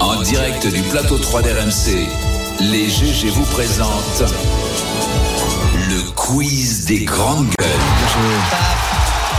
En direct du plateau 3 d'RMC, les GG vous présentent le quiz des grandes gueules.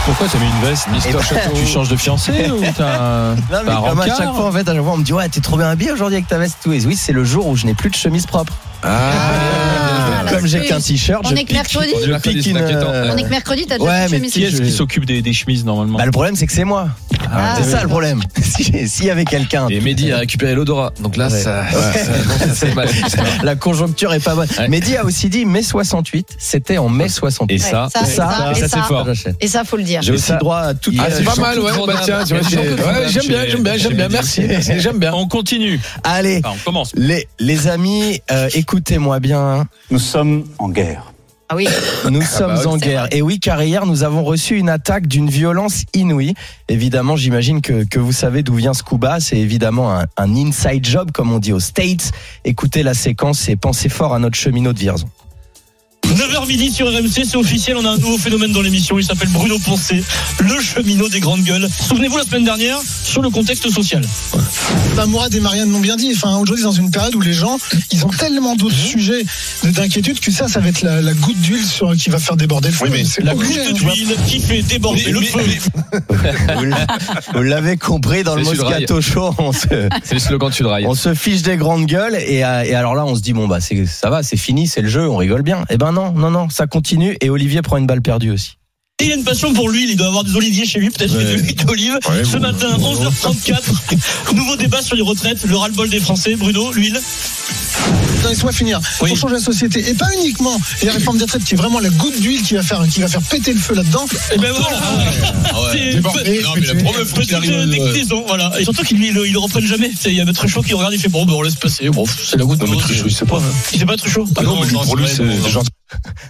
Pourquoi t'as mis une veste Eh ben, Tu changes de fiancé ou t'as un Non, mais t'as un comme à rencard chaque fois, en fait, à chaque fois, on me dit, ouais, t'es trop bien habillé aujourd'hui avec ta veste et tout. Et oui, c'est le jour où je n'ai plus de chemise propre. Ah, comme j'ai l'astuce. qu'un t-shirt, On je est que pique, mercredi. je pique une. euh, On est que mercredi, t'as Ouais, déjà mais fait Qui mes est-ce qui s'occupe des, des chemises normalement Bah, le problème, c'est que c'est moi. Ah, c'est oui. ça le problème. Si j'ai- S'il y avait quelqu'un. Et Mehdi a récupéré l'odorat. Donc là, Ouais. ça, Ouais. ça- c'est mal. La conjoncture est pas bonne. Ouais. Mehdi a aussi dit mai 68, c'était en mai 68. Et ça, ça, et ça, et ça, ça, et c'est ça. fort. J'achète. Et ça, faut le dire. J'ai Et aussi ça- droit à tout. Ah, c'est euh, pas mal, ouais. Bah, tiens, tu vois, c'est- ouais, j'aime bien, j'aime bien, j'aime bien. Merci, merci, j'aime bien. Bah, On continue. Allez, Enfin, on commence. les, les amis, euh, écoutez-moi bien. Nous sommes en guerre. Ah oui. Nous sommes bah oui. en guerre. Et oui, car hier, nous avons reçu une attaque d'une violence inouïe. Évidemment, j'imagine que, que vous savez d'où vient ce coup bas. C'est évidemment un, un inside job, comme on dit aux States. Écoutez la séquence et pensez fort à notre cheminot de Vierzon. 9h10 sur RMC, c'est officiel, on a un nouveau phénomène dans l'émission, il s'appelle Bruno Poncé, le cheminot des grandes gueules. Souvenez-vous la semaine dernière sur le contexte social. Bah, Mourad et Marianne l'ont bien dit. Enfin, aujourd'hui, dans une période où les gens, Hein, ils ont tellement d'autres Mhm. sujets de- d'inquiétude que ça, ça va être la, la goutte d'huile sur- qui va faire déborder le feu. C'est La pas goutte obligé, hein, tu vois. d'huile qui fait déborder le feu. Vous l- vous l'avez compris, dans le C'est sur le rail. Moscato Show, on se, C'est le slogan, tu le railles. on se fiche des grandes gueules. Et, euh, et alors là, on se dit, bon, bah, c'est- ça va, c'est fini, c'est le jeu, on rigole bien. Eh ben non, non, non, ça continue. Et Olivier prend une balle perdue aussi. Et il a une passion pour l'huile, il doit avoir des oliviers chez lui, peut-être de l'huile d'olive. Ce matin, 11h34, nouveau débat sur les retraites, le ras-le-bol des Français. Bruno, l'huile Non, laisse-moi finir. Oui. Pour changer la société. Et pas uniquement la réforme des retraites qui est vraiment la goutte d'huile qui va faire, qui va faire péter le feu là-dedans. Et ben voilà C'est déborder. Non, mais la une petite euh, déclinaison, voilà. Et surtout qu'il il, il le reprenne jamais. C'est- Il y a Maître Chaud qui regarde, il fait bon, ben on laisse passer, bon, c'est la goutte d'huile. Truchot, il sait pas. Il sait pas Truchot Ah non, non, Pour lui, vrai, non, non. c'est gentil.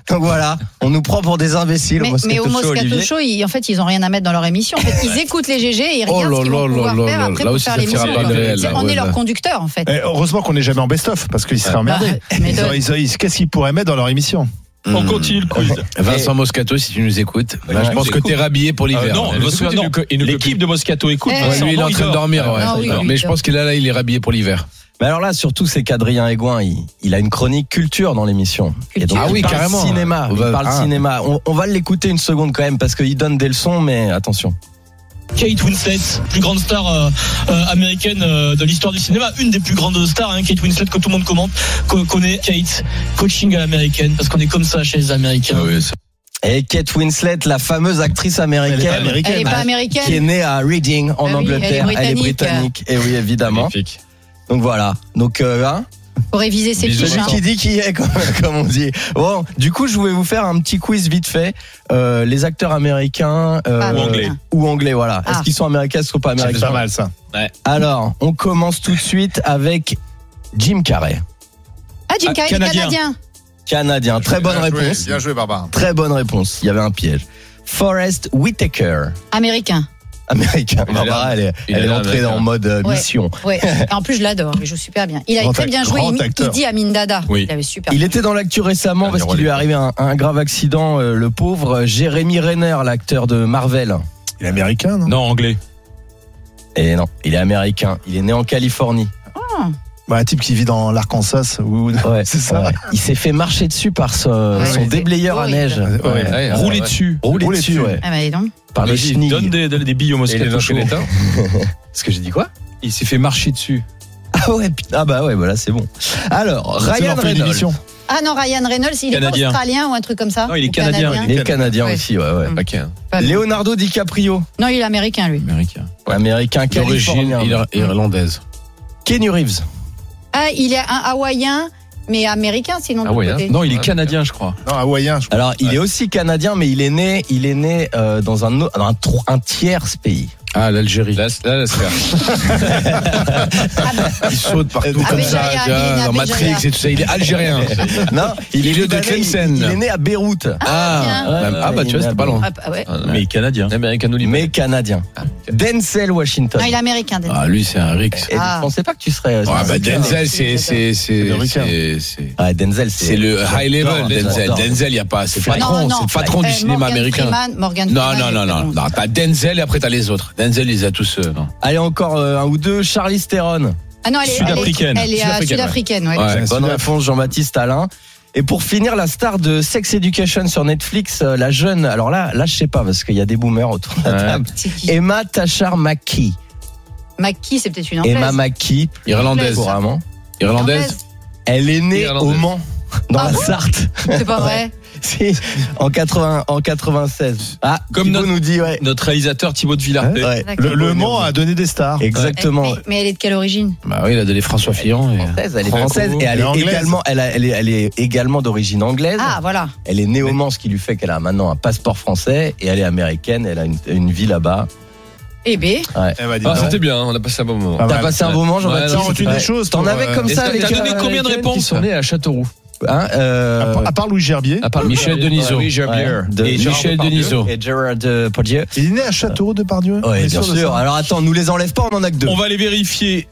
Donc voilà, on nous prend pour des imbéciles. Mais, mais au Moscato Show, ils, en fait, ils ont rien à mettre dans leur émission. En fait, ils écoutent les GG et ils Oh regardent là ce qu'ils là vont là pouvoir là faire là. après Là pour aussi, faire ça tire l'émission. à balles réelles, là. On Ouais, est leur ouais. conducteur, en fait. Eh, heureusement qu'on n'est jamais en best-of parce qu'ils seraient Bah, emmerdés. mais Ils auraient- ils auraient- ils- Qu'est-ce qu'ils pourraient mettre dans leur émission On continue le quiz. Vincent Moscato, si tu nous écoutes, Bah, Ouais, je on pense que t'écoute. t'es rhabillé pour Euh, l'hiver. non, Ouais. parce que non, l'équipe de Moscato écoute. Eh, Ouais, Vincent, lui, il est en il train de dort. dormir. ouais. Ah oui, Non, oui, mais oui, je pense qu'il est là, il est rhabillé pour l'hiver. Mais alors là, surtout, c'est qu'Adrien Aigouin, il, il a une chronique culture dans l'émission. Et donc, Ah il oui, parle carrément. Cinéma, il Bah, parle ah. cinéma. On, on va l'écouter une seconde quand même parce qu'il donne des leçons, mais attention. Kate Winslet, plus grande star euh, euh, américaine euh, de l'histoire du cinéma, une des plus grandes stars, hein, Kate Winslet que tout le monde commente, co- connaît Kate, coaching à l'américaine, parce qu'on est comme ça chez les Américains. Ah Et Kate Winslet, la fameuse actrice Elle est pas américaine, américaine. Elle est pas qui est américaine. née à Reading en Ah oui, Angleterre. elle est britannique. Et oui, évidemment. Magnifique. Donc voilà. Donc euh, hein, Faut réviser ses Bisous, fiches. celui hein. qui dit qui est, comme, comme on dit. Bon, du coup, je voulais vous faire un petit quiz vite fait. Euh, les acteurs américains euh, Ah, Ou anglais. ou anglais, voilà. Ah. Est-ce qu'ils sont américains, est-ce qu'ils sont pas C'est américains pas mal ça. Alors, on commence tout de suite avec Jim Carrey, Ah, Jim Ah, Carrey, il est Canadien. canadien. canadien. Très bonne Bien joué, réponse. Bien joué, Barbara. Très bonne réponse. Il y avait un piège. Forrest Whitaker, Américain. américain. Il a l'air- Barbara, elle est, il a elle est l'air entrée en américain. mode euh, Ouais. mission. Ouais. Et en plus, je l'adore. Il joue super bien. Il a Grand très bien joué. grand Il, il acteur. dit Amin Dada. Oui. Il avait super. Il était dans l'actu récemment parce Dernier qu'il lui est relais. arrivé un, un grave accident. euh, le pauvre Jérémy Renner, l'acteur de Marvel. Il est Ah américain, non, Non, anglais. Et non, il est américain. Il est né en Californie. Ah. Bah, Un type qui vit dans l'Arkansas. ou- Ouais. C'est ça. Ah Ouais. Il s'est fait marcher dessus par son, Ouais, son ouais. déblayeur à Horrible. neige. Ouais. Ouais. Ouais, Rouler ouais. dessus. Roulé Roulé dessus, dessus. ouais. Ah, bah, dis donc. Par le Vas-y, chenille. Donne des, des, des billes au Et il est Moscato dans Show. quel état Ce que j'ai dit quoi Il s'est fait marcher dessus. Ah ouais, putain. ah bah ouais, voilà, c'est bon. Alors, Ah, C'est Ryan leur fait une Reynolds. émission. Ah non, Ryan Reynolds, il est pas Canadien. australien ou un truc comme ça Non, il est Ou canadien, Il est canadien Ouais. aussi, ouais, ouais. Mm. Ok. hein. Pas lui. Leonardo DiCaprio, Non, il est américain, lui. Américain. américain D'origine californien. ir- irlandaise. Kenny Reeves. Ah, il est un hawaïen, mais américain, sinon de l'autre Hawaïen. côté. Non, il est Ah Ouais. canadien, je crois. Non, hawaïen, je Alors, il est aussi canadien, mais il est né, il est né euh, dans un, au- un, tro- un tiers pays. Ah, l'Algérie. Là, c'est- là, là, c'est Il saute partout comme Abéjaïa, ça, Ah, il est né à dans Matrix Abéjaïa. et tout ça. Il est algérien. Non, Il est de libanais, Tlemcen. Il, il est né à Beyrouth. Ah, tiens. bah- ah, bah tu vois, c'était pas loin. Ah, bah ouais. Mais canadien. Américain Mais canadien. Denzel Washington. Non, il est américain. Denzel. Ah, lui, c'est un Rix. Et Ah. Je pensais pas que tu serais. euh, Ah, bah serais- Denzel, c'est. c'est- c'est- c'est- c'est- Ouais, Denzel, c'est. C'est le high level, j'adore, Denzel. j'adore. Denzel, y a pas. C'est le Non, patron, non. c'est le patron du Euh, cinéma Morgan américain. Freeman, Morgan Non, non, Freeman, non, il non. était bon. non, T'as Denzel et après t'as les autres. Denzel, il les a tous. euh, non. Allez, encore euh, un ou deux. Charlie Theron. Ah non, elle est elle est- Sud-africaine. Elle est euh, Sud-africaine, sud-africaine, ouais. Ouais. Bonne réponse, Jean-Baptiste Alain. Et pour finir, la star de Sex Education sur Netflix, euh, la jeune. Alors là, là, je sais pas parce qu'il y a des boomers autour de la Ouais. table. C'est qui Emma Tachar Mackey. Mackie, c'est peut-être une anglaise. Emma Mackey, Irlandaise. couramment. Irlandaise. Elle est née Irlandaise. au Mans, dans Ah la bon Sarthe. C'est pas vrai. Si, en 80, en 96. Ah, Comme comme notre- nous dit, ouais. Notre réalisateur Thibaut de Euh, Villard. Ouais. Le, D'accord. le Mans a donné des stars. Exactement. Mais- Mais elle est de quelle origine Bah oui, il a donné François Fillon. et- euh, Française, elle est Franco. française et elle Elle est est anglaise. également, elle, a- elle est, elle est également d'origine anglaise. Ah, voilà. Elle est née au Mans, ce qui lui fait qu'elle a maintenant un passeport français et elle est américaine. Elle a une, une vie là-bas. Eh B. Elle m'a dit, Ah, ouais. c'était bien, on a passé un bon moment. Pas T'as mal. passé un bon moment, Jean-Baptiste. Tiens, on tue des Ouais. choses. T'en toi, avais ouais. comme Est-ce ça que avec t'as donné euh, combien de Américaine qui réponses sont nées à Châteauroux. Hein, euh, À part Louis Gerbier. À part Michel Denisot. Oui, j'ai oublié. ouais, de- Et Gérard Michel Depardieu Denisot. Et Gérard euh, Depardieu. Il est né à Châteauroux de Pardieu. Ouais, bien sûr. Alors attends, nous les enlève pas, on en a que deux. On va aller vérifier